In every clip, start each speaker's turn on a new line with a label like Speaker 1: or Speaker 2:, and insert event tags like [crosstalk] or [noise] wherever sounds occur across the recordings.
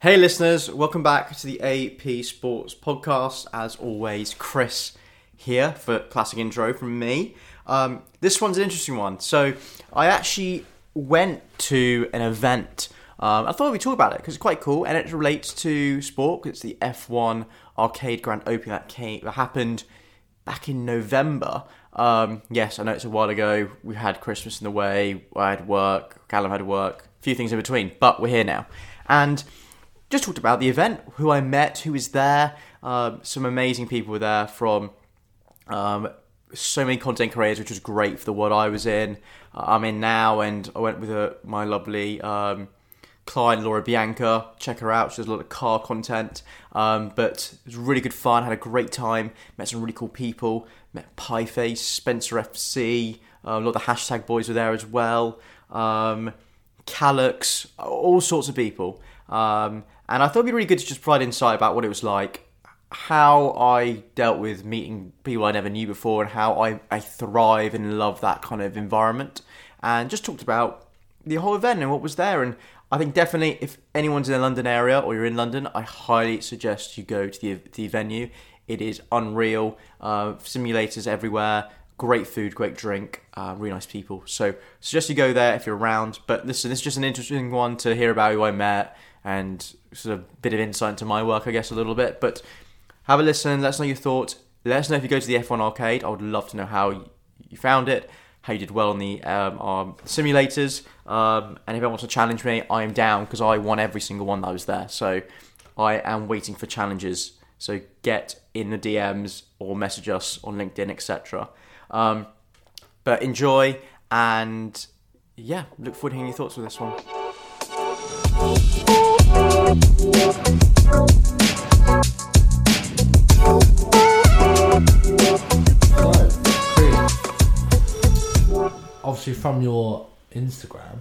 Speaker 1: Hey, listeners, welcome back to the AP Sports Podcast. As always, Chris here for classic intro from me. Um, this one's an interesting one. So, I actually went to an event. Um, I thought we'd talk about it because it's quite cool and it relates to sport. 'cause it's the F1 Arcade Grand Opening that, came, that happened back in November. Um, yes, I know it's a while ago. We had Christmas in the way. I had work. Callum had work. A few things in between, but we're here now. And just talked about the event, who I met, who was there. Um, some amazing people were there from um, so many content creators, which was great for the world I was in. Uh, I'm in now, and I went with uh my lovely um, client, Laura Bianca. Check her out; she does a lot of car content. Um, but it was really good fun. Had a great time. Met some really cool people. Met Pieface, Spencer FC. Uh, a lot of the hashtag boys were there as well. Um, Calyx, all sorts of people. Um, and I thought it'd be really good to just provide insight about what it was like, how I dealt with meeting people I never knew before, and how I, I thrive and love that kind of environment. And just talked about the whole event and what was there. And I think definitely if anyone's in the London area or you're in London, I highly suggest you go to the, the venue. It is unreal. Uh, simulators everywhere. Great food, great drink, uh, really nice people. So suggest you go there if you're around. But listen, this is just an interesting one to hear about who I met and sort of a bit of insight into my work, I guess, a little bit. But have a listen. Let us know your thoughts. Let us know if you go to the F1 arcade. I would love to know how y- you found it, how you did well on the um, um, simulators. Um, and if anyone wants to challenge me, I am down because I won every single one that was there. So I am waiting for challenges. So get in the DMs or message us on LinkedIn, etc. Um, but enjoy and yeah, look forward to hearing your thoughts with this one.
Speaker 2: obviously from your Instagram,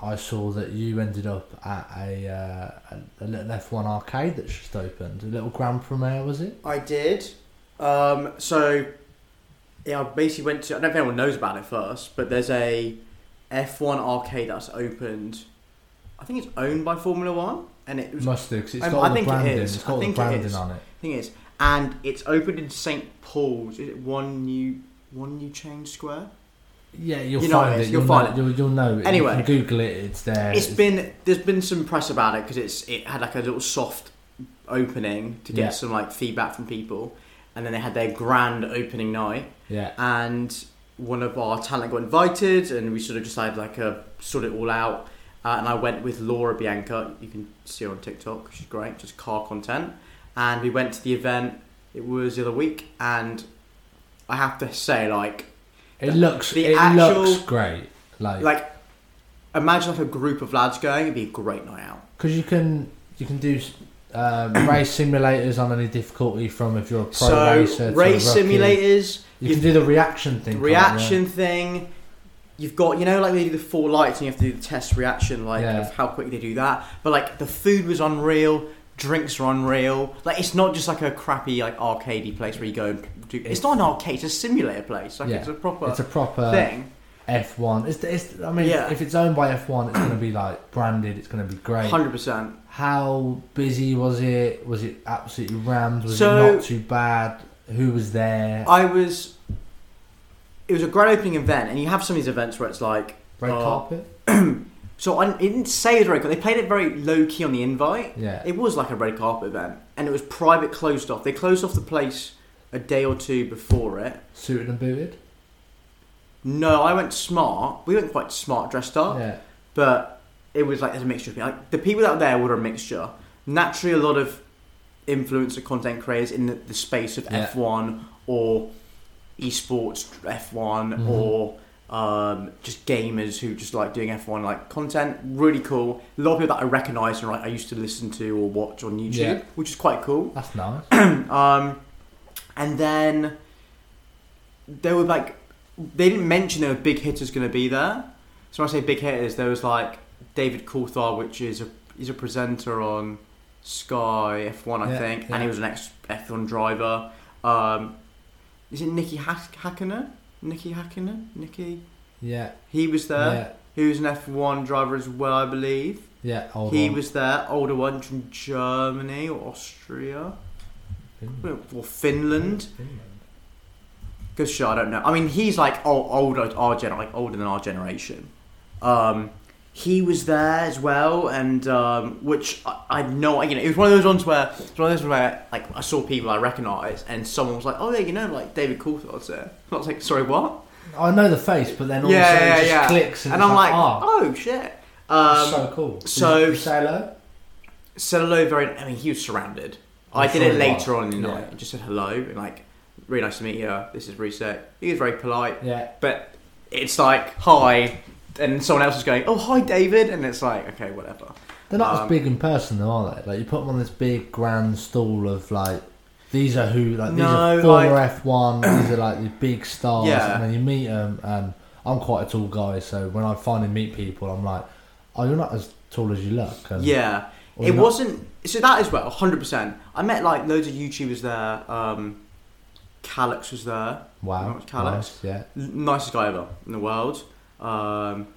Speaker 2: I saw that you ended up at a uh, a, a little F1 arcade that's just opened, a little grand premiere, was it?
Speaker 1: I did. Um, so, yeah, I basically went to. I don't know if anyone knows about it first, but there's a F1 arcade that's opened. I think it's owned by Formula One, and it was. I
Speaker 2: Must do because it's
Speaker 1: Um,
Speaker 2: got
Speaker 1: I
Speaker 2: all the
Speaker 1: think it
Speaker 2: branding.
Speaker 1: is.
Speaker 2: it's got
Speaker 1: I
Speaker 2: all the
Speaker 1: think it is.
Speaker 2: branding on it.
Speaker 1: think it is, and it's opened in St Paul's. Is it one new one new change square?
Speaker 2: Yeah, you'll
Speaker 1: You know
Speaker 2: find
Speaker 1: it
Speaker 2: it.
Speaker 1: is,
Speaker 2: You'll,
Speaker 1: you'll
Speaker 2: know,
Speaker 1: find it.
Speaker 2: You'll, you'll know it.
Speaker 1: Anyway.
Speaker 2: you can Google it. It's there.
Speaker 1: It's been there's been some press about it because it's it had like a little soft opening to get
Speaker 2: Yeah.
Speaker 1: some like feedback from people, and then they had their grand opening night.
Speaker 2: yeah.
Speaker 1: and one of our talent got invited, and we sort of decided like uh, sort it all out. Uh, and I went with Laura Bianca. You can see her on TikTok. She's great, just car content. And we went to the event. It was the other week, and I have to say, like,
Speaker 2: It looks.
Speaker 1: the
Speaker 2: it
Speaker 1: actual-
Speaker 2: looks great. Like
Speaker 1: like imagine like a group of lads going. It'd be a great night out.
Speaker 2: because you can you can do. Um, race simulators on any difficulty from if you're a pro
Speaker 1: So
Speaker 2: racer. to a
Speaker 1: race
Speaker 2: rookie.
Speaker 1: simulators,
Speaker 2: You,
Speaker 1: you-
Speaker 2: can do the reaction thing. can't you?
Speaker 1: reaction thing. You've got, you know, like they do the four lights and you have to do the test reaction, like
Speaker 2: Yeah.
Speaker 1: of how quick they do that. But like the food was unreal, drinks are unreal. Like it's not just like a crappy like arcadey place where you go and do. It's,
Speaker 2: It's-
Speaker 1: not an arcade; it's a simulator place. Like
Speaker 2: Yeah.
Speaker 1: it's a proper
Speaker 2: It's a uh, proper
Speaker 1: thing,
Speaker 2: F1. It's, it's, I mean,
Speaker 1: Yeah.
Speaker 2: if it's owned by F1, it's going to be like branded. It's going to be great.
Speaker 1: hundred percent.
Speaker 2: How busy was it? Was it absolutely rammed? Was
Speaker 1: So-
Speaker 2: it not too bad? Who was there?
Speaker 1: I was. It was a grand opening event, and you have some of these events where it's like
Speaker 2: Red
Speaker 1: uh,
Speaker 2: carpet?
Speaker 1: So I it didn't say it was red carpet. They played it very low key on the invite.
Speaker 2: Yeah.
Speaker 1: It was like a red carpet event, and it was private, closed off. They closed off the place a day or two before it.
Speaker 2: Suited and booted?
Speaker 1: No, I went smart. We went quite smart, dressed up,
Speaker 2: Yeah.
Speaker 1: but it was like there's a mixture. Of people. Like the people out there were a mixture. Naturally, a lot of influencer content creators in the, the space of
Speaker 2: Yeah.
Speaker 1: F1 or esports F1
Speaker 2: Mhm.
Speaker 1: or um, just gamers who just like doing F1 like content. Really cool. A lot of people that I recognise and like I used to listen to or watch on YouTube,
Speaker 2: Yeah.
Speaker 1: which is quite cool. [coughs]
Speaker 2: That's nice.
Speaker 1: Um, and then there were like they didn't mention there were big hitters going to be there. So when I say big hitters, there was like David Coulthard, which is a he's a presenter on Sky F1, I
Speaker 2: Yeah,
Speaker 1: think,
Speaker 2: yeah.
Speaker 1: and he was an ex F1 driver. Um, is it Nicky Hack- Hakkinen? Nicky Hakkinen? Nicky.
Speaker 2: Yeah.
Speaker 1: He was there.
Speaker 2: yeah.
Speaker 1: He who's an F1 driver as well, I believe.
Speaker 2: Yeah, old
Speaker 1: he
Speaker 2: one.
Speaker 1: was there, older one from Germany or Austria
Speaker 2: Finland.
Speaker 1: or Finland.
Speaker 2: Finland.
Speaker 1: Good shot. I don't know. I mean, he's like old, older, our gen, like older than our generation. Um, he was there as well, and um, which I, I had no, you know, it was one of those ones where it's one of those where like I saw people I recognised, and someone was like, "Oh yeah, you know, like David Coulthard's there." I was like, "Sorry, what?"
Speaker 2: I know the face, but then also
Speaker 1: Yeah, yeah,
Speaker 2: it just
Speaker 1: yeah.
Speaker 2: clicks, and,
Speaker 1: And
Speaker 2: it's
Speaker 1: I'm like,
Speaker 2: ah,
Speaker 1: "Oh shit."
Speaker 2: that's
Speaker 1: Um,
Speaker 2: so cool.
Speaker 1: so-
Speaker 2: Did you say hello.
Speaker 1: said hello very I mean he was surrounded. i
Speaker 2: I'm
Speaker 1: did
Speaker 2: sure
Speaker 1: it
Speaker 2: he
Speaker 1: later
Speaker 2: was.
Speaker 1: on in the
Speaker 2: Yeah.
Speaker 1: night and just said hello and like really nice to meet you. This is reset. He was very polite.
Speaker 2: Yeah,
Speaker 1: But it's like hi and someone else is going, Oh hi David and it's like, okay, whatever.
Speaker 2: they're not
Speaker 1: Um,
Speaker 2: as big in person, though, are they? Like you put them on this big grand stool of like. These are who like these
Speaker 1: No,
Speaker 2: are former F one. These are like the big stars,
Speaker 1: Yeah.
Speaker 2: and then you meet them. And I'm quite a tall guy, so when I finally meet people, I'm like, "Oh, you're not as tall as you look." And
Speaker 1: Yeah.
Speaker 2: Um, or
Speaker 1: it
Speaker 2: not-
Speaker 1: wasn't so that as well, hundred percent. I met like loads of YouTubers there, um Calix was there.
Speaker 2: Wow,
Speaker 1: Not Calyx.
Speaker 2: nice, yeah,
Speaker 1: Nicest guy ever in the world. Um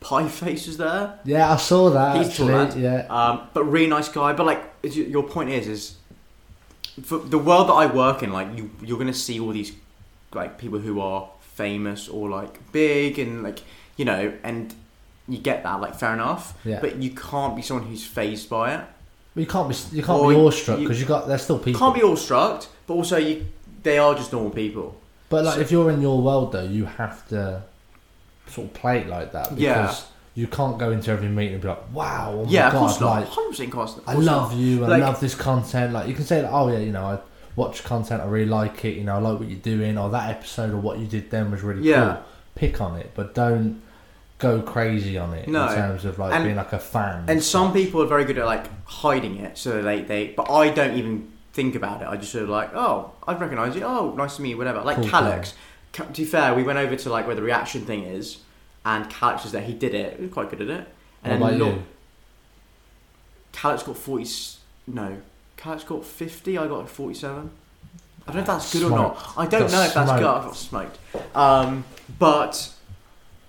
Speaker 1: Pie Face was there.
Speaker 2: yeah. I saw that.
Speaker 1: He's tall,
Speaker 2: actually.
Speaker 1: lad.
Speaker 2: Yeah,
Speaker 1: Um, but really nice guy. But like, is- your point is, is for the world that I work in, like you, you're gonna see all these like people who are famous or like big and like you know, and you get that, like fair enough.
Speaker 2: yeah.
Speaker 1: But you can't be someone who's phased by it.
Speaker 2: But you can't be you can't
Speaker 1: Or
Speaker 2: be
Speaker 1: you-
Speaker 2: awestruck
Speaker 1: you-
Speaker 2: because you got they're still people.
Speaker 1: Can't be awestruck, but also you, they are just normal people.
Speaker 2: but like
Speaker 1: so-
Speaker 2: if you're in your world though, you have to sort of play it like that because
Speaker 1: Yeah.
Speaker 2: you can't go into every meeting and be like, "Wow, oh my
Speaker 1: yeah, of course
Speaker 2: god,
Speaker 1: not.
Speaker 2: like
Speaker 1: Hundred percent, course
Speaker 2: I
Speaker 1: course
Speaker 2: love you, I
Speaker 1: Like-
Speaker 2: love this content." Like you can say, like, "Oh yeah, you know, I watch content, I really like it, you know, I like what you're doing, or that episode or what you did then was really
Speaker 1: Yeah.
Speaker 2: cool." Pick on it, but don't go crazy on it
Speaker 1: No.
Speaker 2: in terms of like
Speaker 1: And-
Speaker 2: being like a fan.
Speaker 1: And some people are very good at like hiding it, so they they. But I don't even think about it. I just sort of like, oh, I recognise you. Oh, nice to meet you. Whatever. Like
Speaker 2: Cool,
Speaker 1: Calix. Ca- To be fair, we went over to like where the reaction thing is, and Calix was there. He did it. He was quite good at it.
Speaker 2: What
Speaker 1: And
Speaker 2: about
Speaker 1: then
Speaker 2: you?
Speaker 1: look, Calix got forty. s- No, Calix got fifty. I got forty-seven. I don't know if that's good or not. I don't
Speaker 2: Got
Speaker 1: know if that's good. I
Speaker 2: smoked.
Speaker 1: got smoked. Um, but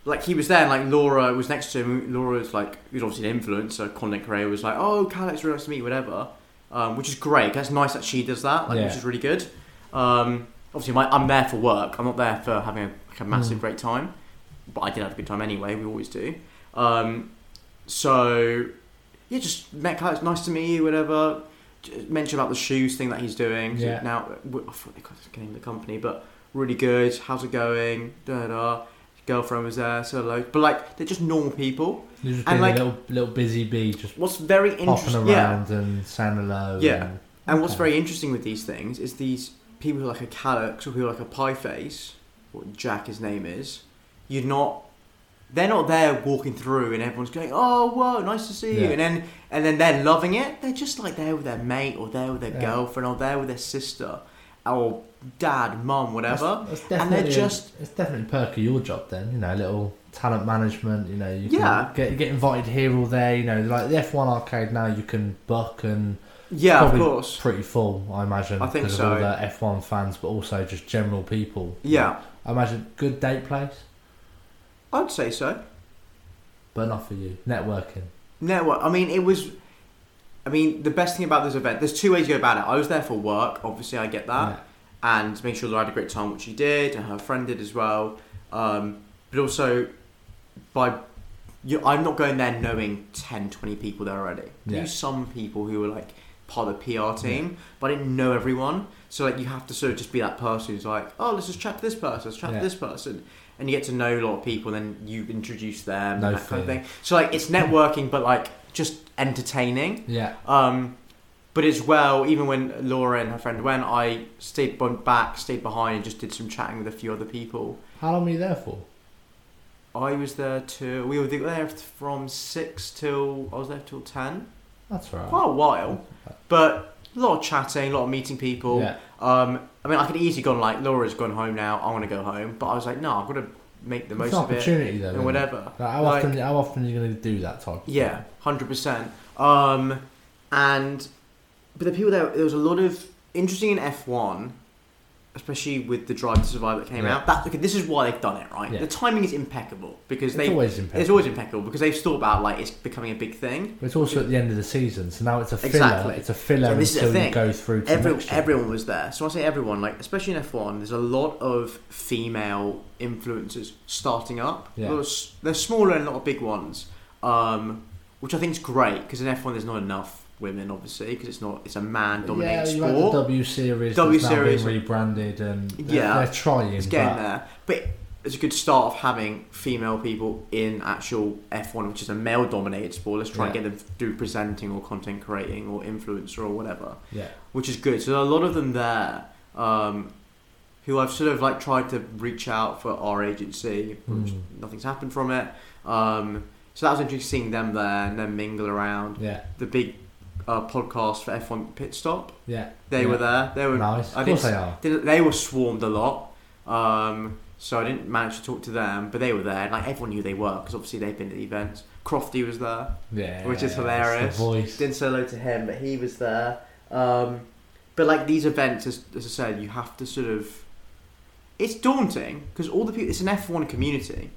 Speaker 1: like he was there, and like Laura was next to him. Laura was like, who's obviously an influencer, content creator, was like, "Oh, Calix, really nice to meet you, whatever," um, which is great. That's nice that she does that, like,
Speaker 2: Yeah.
Speaker 1: which is really good. Um, obviously, my, I'm there for work. I'm not there for having a, like a massive
Speaker 2: Mm.
Speaker 1: great time, but I did have a good time anyway. We always do. Um, so yeah, just met Calix. Nice to meet you, whatever. J- Mention about the shoes thing that he's doing. So
Speaker 2: Yeah.
Speaker 1: Now w- I forgot the name of the company, but really good. How's it going? Da da, da. Girlfriend was there, so hello. But like they're just normal people.
Speaker 2: You're just
Speaker 1: and,
Speaker 2: being
Speaker 1: like-
Speaker 2: a little little busy bee, just
Speaker 1: What's very
Speaker 2: popping
Speaker 1: interesting,
Speaker 2: around
Speaker 1: yeah,
Speaker 2: and saying hello.
Speaker 1: Yeah.
Speaker 2: and-
Speaker 1: and what's
Speaker 2: Okay.
Speaker 1: very interesting with these things is these people who are like a Calyx or who are like a Pie Face, what Jack his name is. You're not. They're not there walking through and everyone's going, "Oh, whoa, nice to see you,"
Speaker 2: Yeah.
Speaker 1: and then and then they're loving it. They're just like there with their mate or there with their
Speaker 2: Yeah.
Speaker 1: girlfriend or there with their sister or dad, mum,
Speaker 2: That's-
Speaker 1: whatever.
Speaker 2: that's
Speaker 1: And they're
Speaker 2: definitely a-
Speaker 1: just-
Speaker 2: it's definitely perk of your job then. You know, a little talent management. You know, you can
Speaker 1: Yeah.
Speaker 2: get get invited here or there. You know, like the F one arcade now, you can book and
Speaker 1: Yeah,
Speaker 2: Probably
Speaker 1: of course.
Speaker 2: pretty full. I imagine
Speaker 1: I think
Speaker 2: because
Speaker 1: so.
Speaker 2: of all the F one fans, but also just general people.
Speaker 1: Yeah,
Speaker 2: I imagine good date place,
Speaker 1: I'd say so.
Speaker 2: but not for you. Networking.
Speaker 1: Network. I mean, it was. I mean, the best thing about this event, there's two ways to go about it. I was there for work, obviously, I get that, and to make sure that I had a great time, which she did, and her friend did as well. Um, but also, by you, I'm not going there knowing 10, 20 people there already. I
Speaker 2: Yeah.
Speaker 1: knew some people who were like part of the PR team, but I didn't know everyone. So like, you have to sort of just be that person who's like, oh, let's just chat to this person, let's chat
Speaker 2: Yeah.
Speaker 1: to this person, and you get to know a lot of people, and then you introduce them,
Speaker 2: No
Speaker 1: and that kind of
Speaker 2: fear.
Speaker 1: thing. So like, it's networking, but like just entertaining.
Speaker 2: Yeah,
Speaker 1: Um, but as well, even when Laura and her friend went, I stayed went back, stayed behind, and just did some chatting with a few other people.
Speaker 2: how long were you there for?
Speaker 1: I was there till we were there from six till I was there till ten,
Speaker 2: That's all right.
Speaker 1: quite a while, but a lot of chatting, a lot of meeting people.
Speaker 2: Yeah,
Speaker 1: Um, I mean, I could easily gone like Laura's gone home now. I want to go home, but I was like, no, I've got to make the
Speaker 2: it's
Speaker 1: most
Speaker 2: an
Speaker 1: of it
Speaker 2: opportunity though.
Speaker 1: and
Speaker 2: isn't it?
Speaker 1: whatever.
Speaker 2: Like, how
Speaker 1: Like-
Speaker 2: often? How often are you going to do that type? of thing?
Speaker 1: Yeah, hundred percent. Um, and but the people there, there was a lot of interesting in F one. especially with the Drive to Survive that came
Speaker 2: Yeah.
Speaker 1: out. That, okay, this is why they've done it, right?
Speaker 2: Yeah.
Speaker 1: The timing is impeccable because
Speaker 2: It's
Speaker 1: they
Speaker 2: always impeccable.
Speaker 1: it's always impeccable because they've thought about like it's becoming a big thing.
Speaker 2: But It's also at the end of the season, so now it's a filler.
Speaker 1: Exactly.
Speaker 2: It's a filler
Speaker 1: So this is the
Speaker 2: until
Speaker 1: thing.
Speaker 2: you go through to
Speaker 1: Every,
Speaker 2: next year.
Speaker 1: everyone was there. So when I say everyone, like especially in F one, there's a lot of female influencers starting up.
Speaker 2: Yeah.
Speaker 1: There's, there's smaller and a lot of big ones, um, which I think is great because in F one there's not enough women, obviously, because it's not it's a man
Speaker 2: yeah,
Speaker 1: dominated
Speaker 2: you had
Speaker 1: sport.
Speaker 2: the W series.
Speaker 1: W
Speaker 2: W series
Speaker 1: series.
Speaker 2: being rebranded, and they're,
Speaker 1: Yeah.
Speaker 2: they're trying.
Speaker 1: It's
Speaker 2: but
Speaker 1: getting there, but it's a good start of having female people in actual F one, which is a male dominated sport. Let's try and
Speaker 2: Yeah.
Speaker 1: get them to do presenting or content creating or influencer or whatever.
Speaker 2: Yeah,
Speaker 1: which is good. So there are a lot of them there um, who I've sort of like tried to reach out for our agency, which
Speaker 2: Mm.
Speaker 1: nothing's happened from it. Um, so that was interesting seeing them there and then mingle around.
Speaker 2: yeah,
Speaker 1: The big uh, podcast for F1 Pit Stop,
Speaker 2: yeah.
Speaker 1: they
Speaker 2: yeah.
Speaker 1: were there. They were
Speaker 2: nice.
Speaker 1: I
Speaker 2: Of course
Speaker 1: did-
Speaker 2: they are.
Speaker 1: did- they were swarmed a lot. Um, so I didn't manage to talk to them, but they were there. And, like everyone knew they were because obviously they've been at the events. Crofty was there.
Speaker 2: Yeah,
Speaker 1: Which is
Speaker 2: it's the
Speaker 1: hilarious.
Speaker 2: voice.
Speaker 1: Didn't say hello to him, but he was there. Um, but like these events, as, as I said, you have to sort of. It's daunting because all the people. It's an F1 community.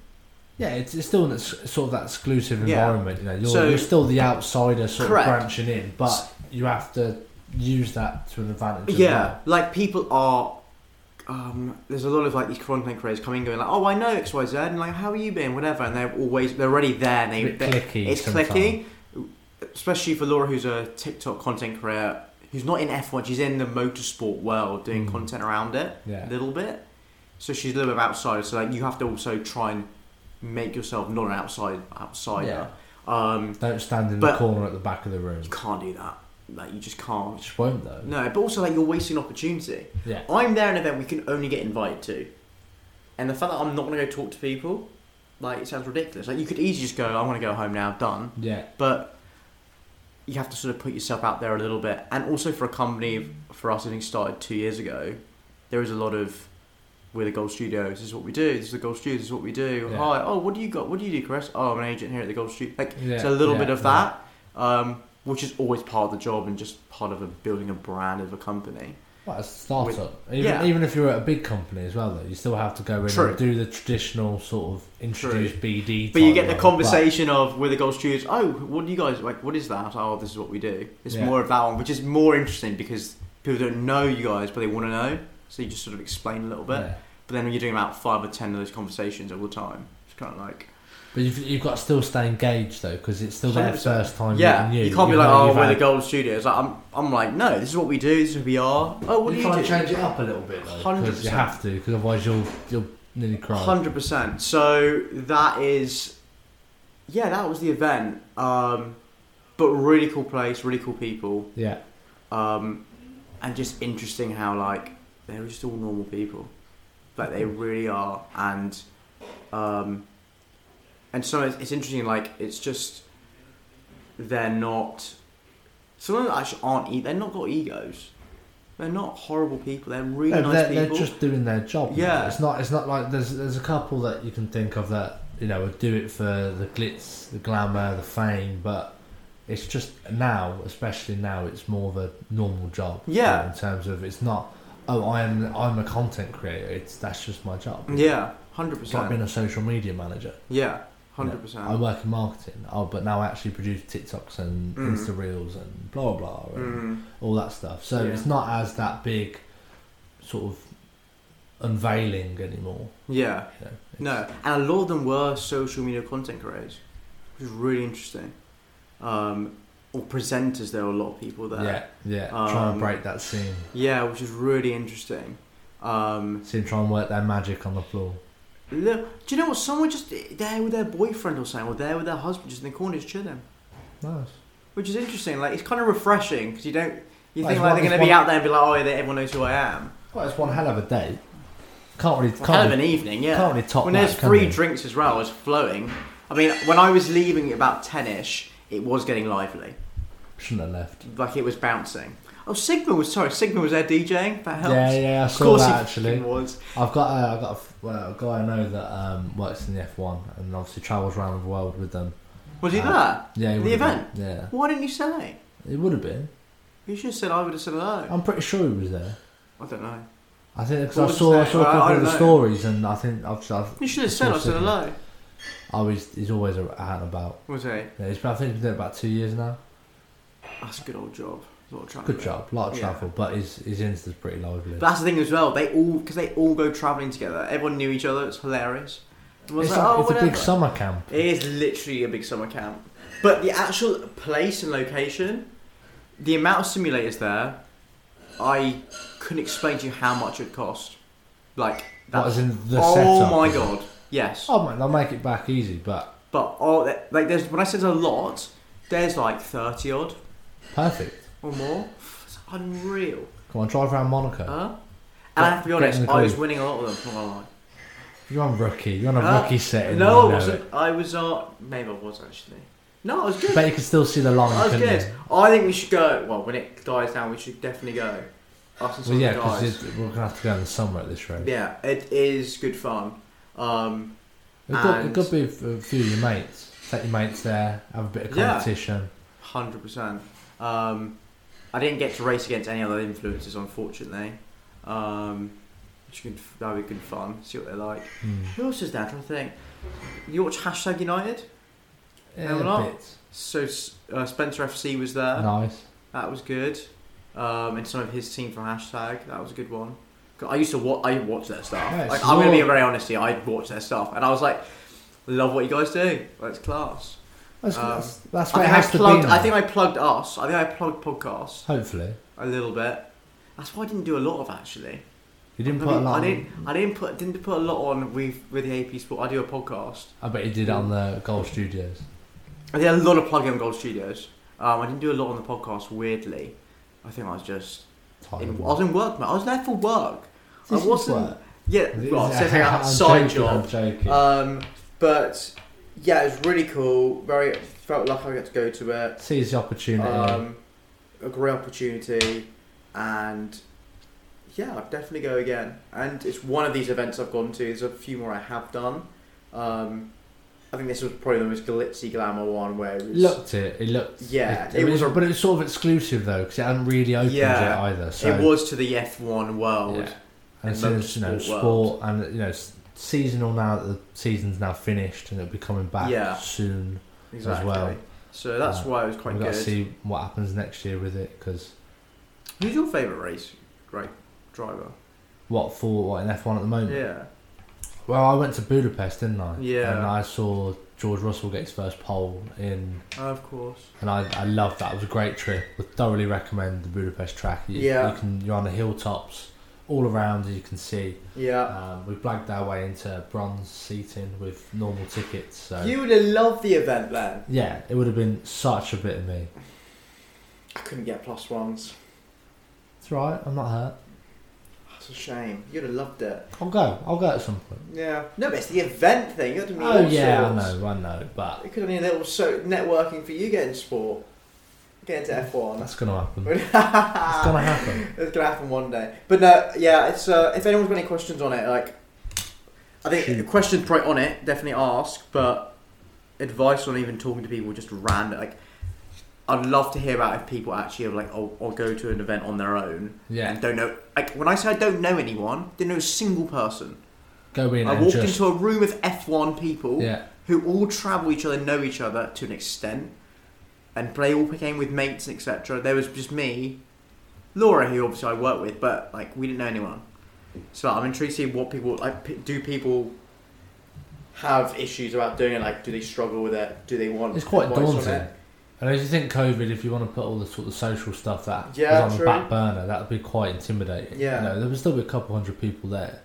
Speaker 2: Yeah, it's, it's still an, ex- sort of that exclusive
Speaker 1: Yeah.
Speaker 2: environment. You know, you're,
Speaker 1: So-
Speaker 2: you're still the outsider, sort
Speaker 1: Correct.
Speaker 2: of branching in, but you have to use that to an advantage.
Speaker 1: yeah, like people are. Um, there's a lot of like these content creators coming, and going like, "Oh, I know X, Y, Z," and like, "How are you been?" Whatever, and they're always they're already there. And
Speaker 2: As well.
Speaker 1: they,
Speaker 2: It's
Speaker 1: they-
Speaker 2: a bit clicky.
Speaker 1: it's
Speaker 2: sometimes.
Speaker 1: clicky, especially for Laura, who's a TikTok content creator who's not in F1. She's in the motorsport world doing
Speaker 2: Mm.
Speaker 1: content around it.
Speaker 2: Yeah,
Speaker 1: a little bit. So she's a little bit outside. So like you have to also try and make yourself not an outside outsider. Um,
Speaker 2: don't stand in the
Speaker 1: But-
Speaker 2: corner at the back of the room.
Speaker 1: you can't do that. Like you just
Speaker 2: I
Speaker 1: can't.
Speaker 2: just won't though.
Speaker 1: No, but also like you're wasting opportunity.
Speaker 2: Yeah,
Speaker 1: I'm there at an event we can only get invited to, and the fact that I'm not going to go talk to people, like it sounds ridiculous. Like you could easily just go, I want to go home now, done.
Speaker 2: yeah,
Speaker 1: But you have to sort of put yourself out there a little bit, and also for a company for us, I think started two years ago. There is a lot of we're the Gold Studios. This is what we do. This is the Gold Studios. This is what we do.
Speaker 2: Yeah.
Speaker 1: Hi. Oh, what do you got? What do you do, Chris? Oh, I'm an agent here at the Gold Studio. Like
Speaker 2: yeah.
Speaker 1: it's a little
Speaker 2: yeah,
Speaker 1: bit of
Speaker 2: yeah.
Speaker 1: that, um, which is always part of the job and just part of a, building a brand of a company.
Speaker 2: Well, it's a startup. Even,
Speaker 1: yeah.
Speaker 2: even if you're at a big company as well, though, you still have to go in
Speaker 1: True.
Speaker 2: and do the traditional sort of introduce BD.
Speaker 1: But you
Speaker 2: type
Speaker 1: get the
Speaker 2: role,
Speaker 1: conversation of with the Gold Studios. Oh, what do you guys like? What is that? Oh, this is what we do. It's
Speaker 2: Yeah.
Speaker 1: more of that one, which is more interesting because people don't know you guys, but they want to know. So you just sort of explain a little
Speaker 2: but-
Speaker 1: bit.
Speaker 2: yeah.
Speaker 1: But then when you're doing about five or ten of those conversations all the time, it's kind of like
Speaker 2: But you've, you've got to still stay engaged though, because it's still their
Speaker 1: 100%.
Speaker 2: first time
Speaker 1: yeah,
Speaker 2: meeting you.
Speaker 1: you, can't be
Speaker 2: You
Speaker 1: like
Speaker 2: know
Speaker 1: oh
Speaker 2: you've
Speaker 1: we're the
Speaker 2: had-
Speaker 1: Gold Studios. Like, I'm I'm like no, this is what we do. This is who we are. Oh, what do
Speaker 2: you try
Speaker 1: you
Speaker 2: and
Speaker 1: do?
Speaker 2: change it up a little bit though, 'cause you
Speaker 1: 100%.
Speaker 2: have to, because otherwise you'll you'll nearly cry.
Speaker 1: Hundred percent. So that is, yeah, that was the event. Um, but really cool place, really cool people,
Speaker 2: Yeah,
Speaker 1: um, and just interesting how like they're just all normal people, like they
Speaker 2: Mm-hmm.
Speaker 1: really are, and um, and so it's, it's interesting. Like it's just they're not. Some of them actually aren't. E- they're not got egos. They're not horrible people. They're really
Speaker 2: No,
Speaker 1: nice
Speaker 2: they're,
Speaker 1: people.
Speaker 2: they're just doing their job.
Speaker 1: Yeah.
Speaker 2: it's not it's not like there's there's a couple that you can think of that you know would do it for the glitz, the glamour, the fame, but it's just now, especially now, it's more of a normal job. you
Speaker 1: Yeah.
Speaker 2: know, in terms of it's not. Oh, I'm I'm a content creator. It's that's just my job.
Speaker 1: yeah, hundred
Speaker 2: It's like
Speaker 1: percent.
Speaker 2: being a social media manager.
Speaker 1: Yeah, hundred percent.
Speaker 2: I work in marketing. Oh, but now I actually produce TikToks and
Speaker 1: Mm.
Speaker 2: Insta reels and blah blah blah. And
Speaker 1: Mm.
Speaker 2: all that stuff. So
Speaker 1: Yeah.
Speaker 2: it's not as that big sort of unveiling anymore.
Speaker 1: Yeah,
Speaker 2: You know?
Speaker 1: no,
Speaker 2: It's-
Speaker 1: and a lot of them were social media content creators, which is really interesting. Um, or presenters, there were a lot of people there.
Speaker 2: Yeah, yeah. try
Speaker 1: Um,
Speaker 2: and break that scene.
Speaker 1: Yeah, which is really interesting. Um,
Speaker 2: See them try and work their magic on the floor.
Speaker 1: look, do you know what? Someone just there with their boyfriend or something, or there with their husband, just in the corner, just chilling,
Speaker 2: Nice.
Speaker 1: which is interesting. Like it's kind of refreshing because you don't you think
Speaker 2: Well, it's
Speaker 1: like
Speaker 2: one-
Speaker 1: they're going
Speaker 2: it's
Speaker 1: to be
Speaker 2: one-
Speaker 1: out there and be like, oh, yeah, everyone knows who I am.
Speaker 2: Well, it's one hell of a date. Can't really,
Speaker 1: Well, hell
Speaker 2: can't
Speaker 1: of an
Speaker 2: really,
Speaker 1: evening, yeah.
Speaker 2: can't really top
Speaker 1: when
Speaker 2: that.
Speaker 1: there's
Speaker 2: can
Speaker 1: free
Speaker 2: you?
Speaker 1: drinks as well, it's flowing. I mean, when I was leaving at about 10 ish, it was getting lively.
Speaker 2: Shouldn't have left.
Speaker 1: Like it was bouncing. Oh, Sigma was, sorry, Sigma was there DJing. That helps.
Speaker 2: Yeah, yeah. I
Speaker 1: Of
Speaker 2: saw
Speaker 1: course
Speaker 2: that
Speaker 1: he fucking
Speaker 2: actually.
Speaker 1: was.
Speaker 2: I've got, a, I've got a, f- well, a guy I know that um, works in the F1 and obviously travels around the world with them.
Speaker 1: Was he
Speaker 2: Uh,
Speaker 1: there?
Speaker 2: Yeah, he
Speaker 1: The
Speaker 2: would've been. Yeah,
Speaker 1: Why didn't you say?
Speaker 2: it would have been.
Speaker 1: You should have said I would have said hello.
Speaker 2: I'm pretty sure he was there.
Speaker 1: I don't know.
Speaker 2: I think because
Speaker 3: What
Speaker 2: I
Speaker 3: was
Speaker 2: saw I
Speaker 3: there?
Speaker 2: saw a
Speaker 3: I- I
Speaker 2: couple of
Speaker 3: don't
Speaker 2: the
Speaker 3: know.
Speaker 2: stories, and I think I've, I've
Speaker 3: You should have said
Speaker 2: Of
Speaker 3: I
Speaker 2: course
Speaker 3: said
Speaker 2: it
Speaker 3: hello.
Speaker 2: always he's always out and about.
Speaker 1: Was it?
Speaker 2: Yeah, he's been, I think he's been there about two years now.
Speaker 3: That's a good old job. A lot of travel.
Speaker 2: Good job, a lot of
Speaker 1: Yeah.
Speaker 2: travel, but his his Insta's pretty lively.
Speaker 1: But that's the thing as well. They all because they all go travelling together. Everyone knew each other. It's hilarious. Everyone's
Speaker 2: it's
Speaker 1: like,
Speaker 2: like-
Speaker 1: "Oh,
Speaker 2: it's a big
Speaker 1: whatever."
Speaker 2: summer camp.
Speaker 1: It is literally a big summer camp. But the actual place and location, the amount of simulators there, I couldn't explain to you how much it cost. Like
Speaker 2: That was
Speaker 1: that's
Speaker 2: in the
Speaker 1: oh
Speaker 2: setup.
Speaker 1: my
Speaker 2: is it?
Speaker 1: god, yes.
Speaker 2: Oh man, they'll make it back easy, but
Speaker 1: But oh, th- like there's when I said a lot, there's like thirty odd
Speaker 2: perfect.
Speaker 1: or more. It's unreal,
Speaker 2: Come on, drive around Monaco.
Speaker 1: huh? And I have to be
Speaker 2: Get in
Speaker 1: honest,
Speaker 2: the
Speaker 1: I was
Speaker 2: groove.
Speaker 1: winning a lot of them. Not gonna lie.
Speaker 2: You're on rookie. You're on a
Speaker 1: Huh?
Speaker 2: rookie setting. you
Speaker 1: No, I
Speaker 2: know
Speaker 1: wasn't. I was uh, maybe I was actually. No, I was good.
Speaker 2: it. Bet you can still see the long.
Speaker 1: I was
Speaker 2: couldn't
Speaker 1: good.
Speaker 2: you?
Speaker 1: I think we should go. Well, when it dies down, we should definitely go. Us and
Speaker 2: Well,
Speaker 1: some
Speaker 2: yeah,
Speaker 1: guys.
Speaker 2: because we're gonna have to go in the summer at this rate.
Speaker 1: Yeah, it is good fun. Um,
Speaker 2: It could,
Speaker 1: And-
Speaker 2: it could be f- a few of your mates. Take your mates there, have a bit of
Speaker 1: Yeah.
Speaker 2: competition.
Speaker 1: hundred percent. Um, I didn't get to race against any other influences, unfortunately. Um, which could that would be good fun. See what they're like.
Speaker 2: Hmm.
Speaker 1: Who else is there? I'm trying to think. You watch hashtag United?
Speaker 2: Yeah,
Speaker 1: why not?
Speaker 2: bits.
Speaker 1: So S- uh, Spencer FC was there.
Speaker 2: nice.
Speaker 1: That was good. Um, and some of his team from hashtag. That was a good one. 'Cause I used to watch. I watch their stuff.
Speaker 2: Yeah, it's
Speaker 1: like, I'm gonna be
Speaker 2: your-
Speaker 1: very honest here. I watch their stuff, and I was like, "Love what you guys do. That's class."
Speaker 2: That's,
Speaker 1: Um,
Speaker 2: that's, that's
Speaker 1: I
Speaker 2: what
Speaker 1: think
Speaker 2: it
Speaker 1: I
Speaker 2: has to be.
Speaker 1: plugged. I
Speaker 2: now.
Speaker 1: think I plugged us. I think I plugged podcast
Speaker 2: Hopefully,
Speaker 1: a little bit. That's what I didn't do a lot of actually.
Speaker 2: you didn't
Speaker 1: I,
Speaker 2: put a
Speaker 1: mean,
Speaker 2: lot.
Speaker 1: I
Speaker 2: on-
Speaker 1: didn't. I didn't put. Didn't put a lot on with with the AP Sport. I do a podcast.
Speaker 2: I bet you did
Speaker 1: Hmm.
Speaker 2: on the Gold Studios.
Speaker 1: I did a lot of plugging on Gold Studios. Um, I didn't do a lot on the podcast. Weirdly, I think I was just.
Speaker 2: Title.
Speaker 1: In, I was in work, mate. I was there for work.
Speaker 2: This
Speaker 1: I
Speaker 2: is
Speaker 1: wasn't.
Speaker 2: work.
Speaker 1: Yeah,
Speaker 2: This
Speaker 1: well,
Speaker 2: is-
Speaker 1: setting out a
Speaker 2: [laughs] I'm
Speaker 1: side
Speaker 2: joking,
Speaker 1: job.
Speaker 2: I'm joking.
Speaker 1: Um, but yeah, it was really cool. Very felt like I got to go to it.
Speaker 2: Seize the opportunity.
Speaker 1: Um, a great opportunity, and yeah, I'll definitely go again. And it's one of these events I've gone to. There's a few more I have done. Um, I think this was probably the most glitzy glamour one where it was
Speaker 2: looked it. It looked.
Speaker 1: Yeah,
Speaker 2: It,
Speaker 1: it
Speaker 2: I mean,
Speaker 1: was a-
Speaker 2: but it was sort of exclusive though, because it hadn't really opened
Speaker 1: Yeah,
Speaker 2: yet either. So
Speaker 1: it was to the F1 world.
Speaker 2: Yeah. and
Speaker 1: in
Speaker 2: so
Speaker 1: most
Speaker 2: you know,
Speaker 1: sport
Speaker 2: sport and you know, s- seasonal now. that The season's now finished, and it'll be coming back
Speaker 1: Yeah.
Speaker 2: soon.
Speaker 1: Exactly.
Speaker 2: well.
Speaker 1: So that's
Speaker 2: Uh,
Speaker 1: why it was quite
Speaker 2: We've got
Speaker 1: good.
Speaker 2: to see what happens next year with it, because
Speaker 1: Who's your favourite race, great driver?
Speaker 2: what for what in F one at the moment.
Speaker 1: Yeah.
Speaker 2: Well, I went to Budapest, didn't I?
Speaker 1: Yeah.
Speaker 2: And I saw George Russell get his first pole in,
Speaker 1: Of course.
Speaker 2: and I, I loved that. It was a great trip. Would thoroughly recommend the Budapest track. You,
Speaker 1: Yeah.
Speaker 2: You can you're on the hilltops all around. as You can see.
Speaker 1: Yeah.
Speaker 2: Um, we blagged our way into bronze seating with normal tickets. So
Speaker 1: You would have loved the event then.
Speaker 2: yeah, it would have been such a bit of me.
Speaker 1: I couldn't get plus ones.
Speaker 2: It's all right. I'm not hurt.
Speaker 1: That's a shame. You'd have loved it.
Speaker 2: I'll go. I'll go at some point.
Speaker 1: Yeah. No, but it's the event thing. You had to meet
Speaker 2: Oh
Speaker 1: all
Speaker 2: yeah, I
Speaker 1: sorts.
Speaker 2: know. I know. But
Speaker 1: It could have been a little so networking for you getting sport, getting to F1.
Speaker 2: that's gonna happen.
Speaker 1: it's
Speaker 2: It's
Speaker 1: gonna
Speaker 2: gonna happen.
Speaker 1: happen one day. But no, yeah. It's uh, if anyone's got any questions on it, like, I think
Speaker 2: Shoot.
Speaker 1: questions probably on it definitely ask, but advice on even talking to people just random like. I'd love to hear about if people actually have like, oh, or go to an event on their own
Speaker 2: Yeah.
Speaker 1: and don't know. Like when I say I don't know anyone, didn't know a single person.
Speaker 2: Go in
Speaker 1: I
Speaker 2: and
Speaker 1: walked
Speaker 2: just
Speaker 1: into a room of F1 people
Speaker 2: yeah.
Speaker 1: who all travel each other, know each other to an extent, and they all became with mates, etc. There was just me, Laura, who obviously I work with, but like we didn't know anyone. So I'm intrigued to see what people like. p- Do people have issues about doing it? Like, do they struggle with it? Do they want?
Speaker 2: It's quite
Speaker 1: advice on
Speaker 2: daunting.
Speaker 1: it?
Speaker 2: And if you think COVID, if you want to put all the sort of social stuff that
Speaker 1: Yeah,
Speaker 2: was on
Speaker 1: true.
Speaker 2: the back burner, that would be quite intimidating.
Speaker 1: Yeah.
Speaker 2: You know, there would still be a couple hundred people there.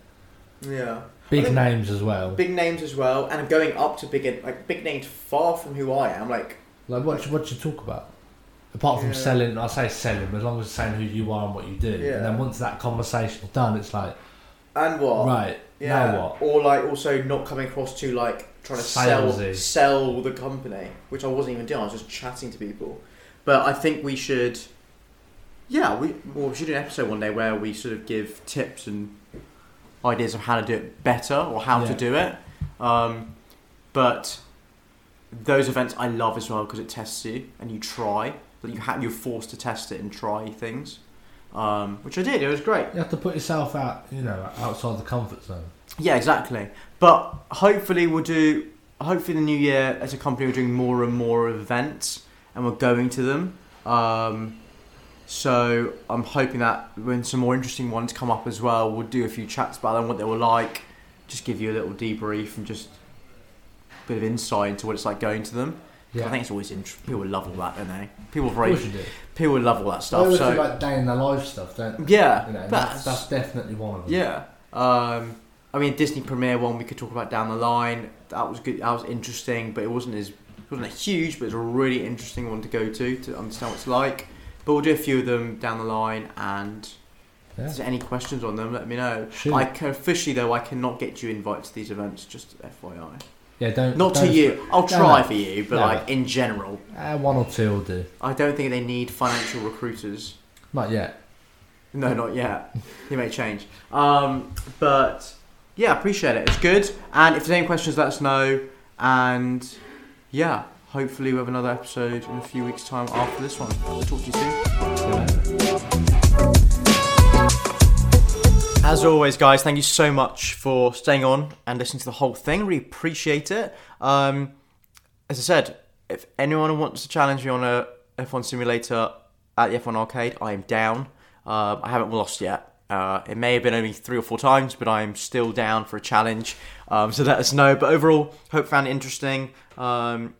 Speaker 1: Yeah. I
Speaker 2: Big
Speaker 1: think-
Speaker 2: names as well.
Speaker 1: Big names as well, and I'm going up to big like big names far from who I am. Like
Speaker 2: Like, what do- what do you talk about? Apart from
Speaker 1: Yeah.
Speaker 2: selling, I say selling, as long as it's saying who you are and what you do.
Speaker 1: Yeah.
Speaker 2: And then once that conversation's done, it's like,
Speaker 1: and what?
Speaker 2: right,
Speaker 1: Yeah.
Speaker 2: now what?
Speaker 1: Or like also not coming across too like trying to sell
Speaker 2: Salesy.
Speaker 1: sell the company, which I wasn't even doing. I was just chatting to people. But I think we should, yeah, we well, we should do an episode one day where we sort of give tips and ideas of how to do it better or how to
Speaker 2: Yeah.
Speaker 1: do it. Um, but those events I love as well because it tests you and you try. But you ha- you're forced to test it and try things. um, which I did. It was great.
Speaker 2: You have to put yourself out, you know, outside the comfort zone.
Speaker 1: Yeah, exactly. But hopefully we'll do. Hopefully the new year as a company we're doing more and more events and we're going to them. Um, so I'm hoping that when some more interesting ones come up as well, we'll do a few chats about them, what they were like, just give you a little debrief and just a bit of insight into what it's like going to them. I think it's always interesting. People love all that, don't they? People
Speaker 2: of
Speaker 1: very
Speaker 2: course you do.
Speaker 1: people love all that
Speaker 2: They
Speaker 1: stuff.
Speaker 2: always
Speaker 1: So
Speaker 2: do like day in the life stuff, don't they?
Speaker 1: yeah,
Speaker 2: You know, and
Speaker 1: that's-
Speaker 2: that's, that's definitely one of them.
Speaker 1: Yeah. Um, I mean, Disney premiere one we could talk about down the line. That was good. That was interesting, but it wasn't as it wasn't a huge, but it's a really interesting one to go to to understand what it's like. But we'll do a few of them down the line, and
Speaker 2: Yeah.
Speaker 1: if there's any questions on them, let me know.
Speaker 2: Shoot.
Speaker 1: I can, officially though, I cannot get you invites to these events. Just FYI,
Speaker 2: yeah, don't
Speaker 1: not to
Speaker 2: don't-
Speaker 1: you. I'll
Speaker 2: no,
Speaker 1: try
Speaker 2: no.
Speaker 1: for you, but
Speaker 2: No,
Speaker 1: like in general,
Speaker 2: Uh, one or two will do.
Speaker 1: I don't think they need financial recruiters.
Speaker 2: Not yet.
Speaker 1: No, not yet. He may change. Um, but yeah, appreciate it. It's good. And if there's any questions, let us know. And yeah, hopefully we have another episode in a few weeks' time after this one. I'll talk to you soon. As always, guys, thank you so much for staying on and listening to the whole thing. Really appreciate it. Um, as I said, if anyone wants to challenge me on a F1 simulator at the F1 arcade, I am down. Um, I haven't lost yet. Uh, it may have been only three or four times, but I'm still down for a challenge. Um, so let us know. But overall, hope you found it interesting. Um,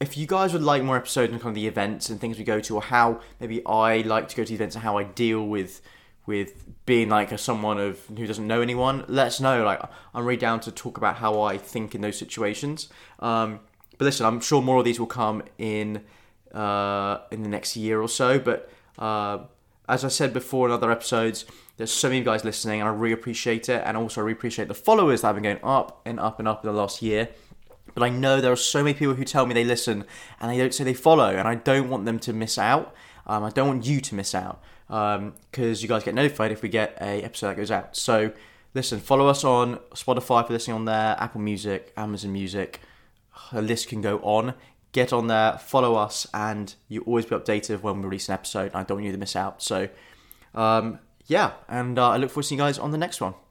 Speaker 1: if you guys would like more episodes on kind of the events and things we go to, or how maybe I like to go to events and how I deal with with being like a someone of who doesn't know anyone, let us know. Like I'm really down to talk about how I think in those situations. Um, but listen, I'm sure more of these will come in uh, in the next year or so. But uh, as I said before in other episodes, there's so many of you guys listening, and I really appreciate it. And also, I really appreciate the followers that have been going up and up and up in the last year. But I know there are so many people who tell me they listen and they don't say they follow, and I don't want them to miss out. Um, I don't want you to miss out because you guys get notified if we get a episode that goes out. So listen, follow us on Spotify for listening on there, Apple Music, Amazon Music. The list can go on. Get on there, follow us, and you will always be updated when we release an episode. I don't want you to miss out. So um, yeah, and uh, I look forward to seeing you guys on the next one.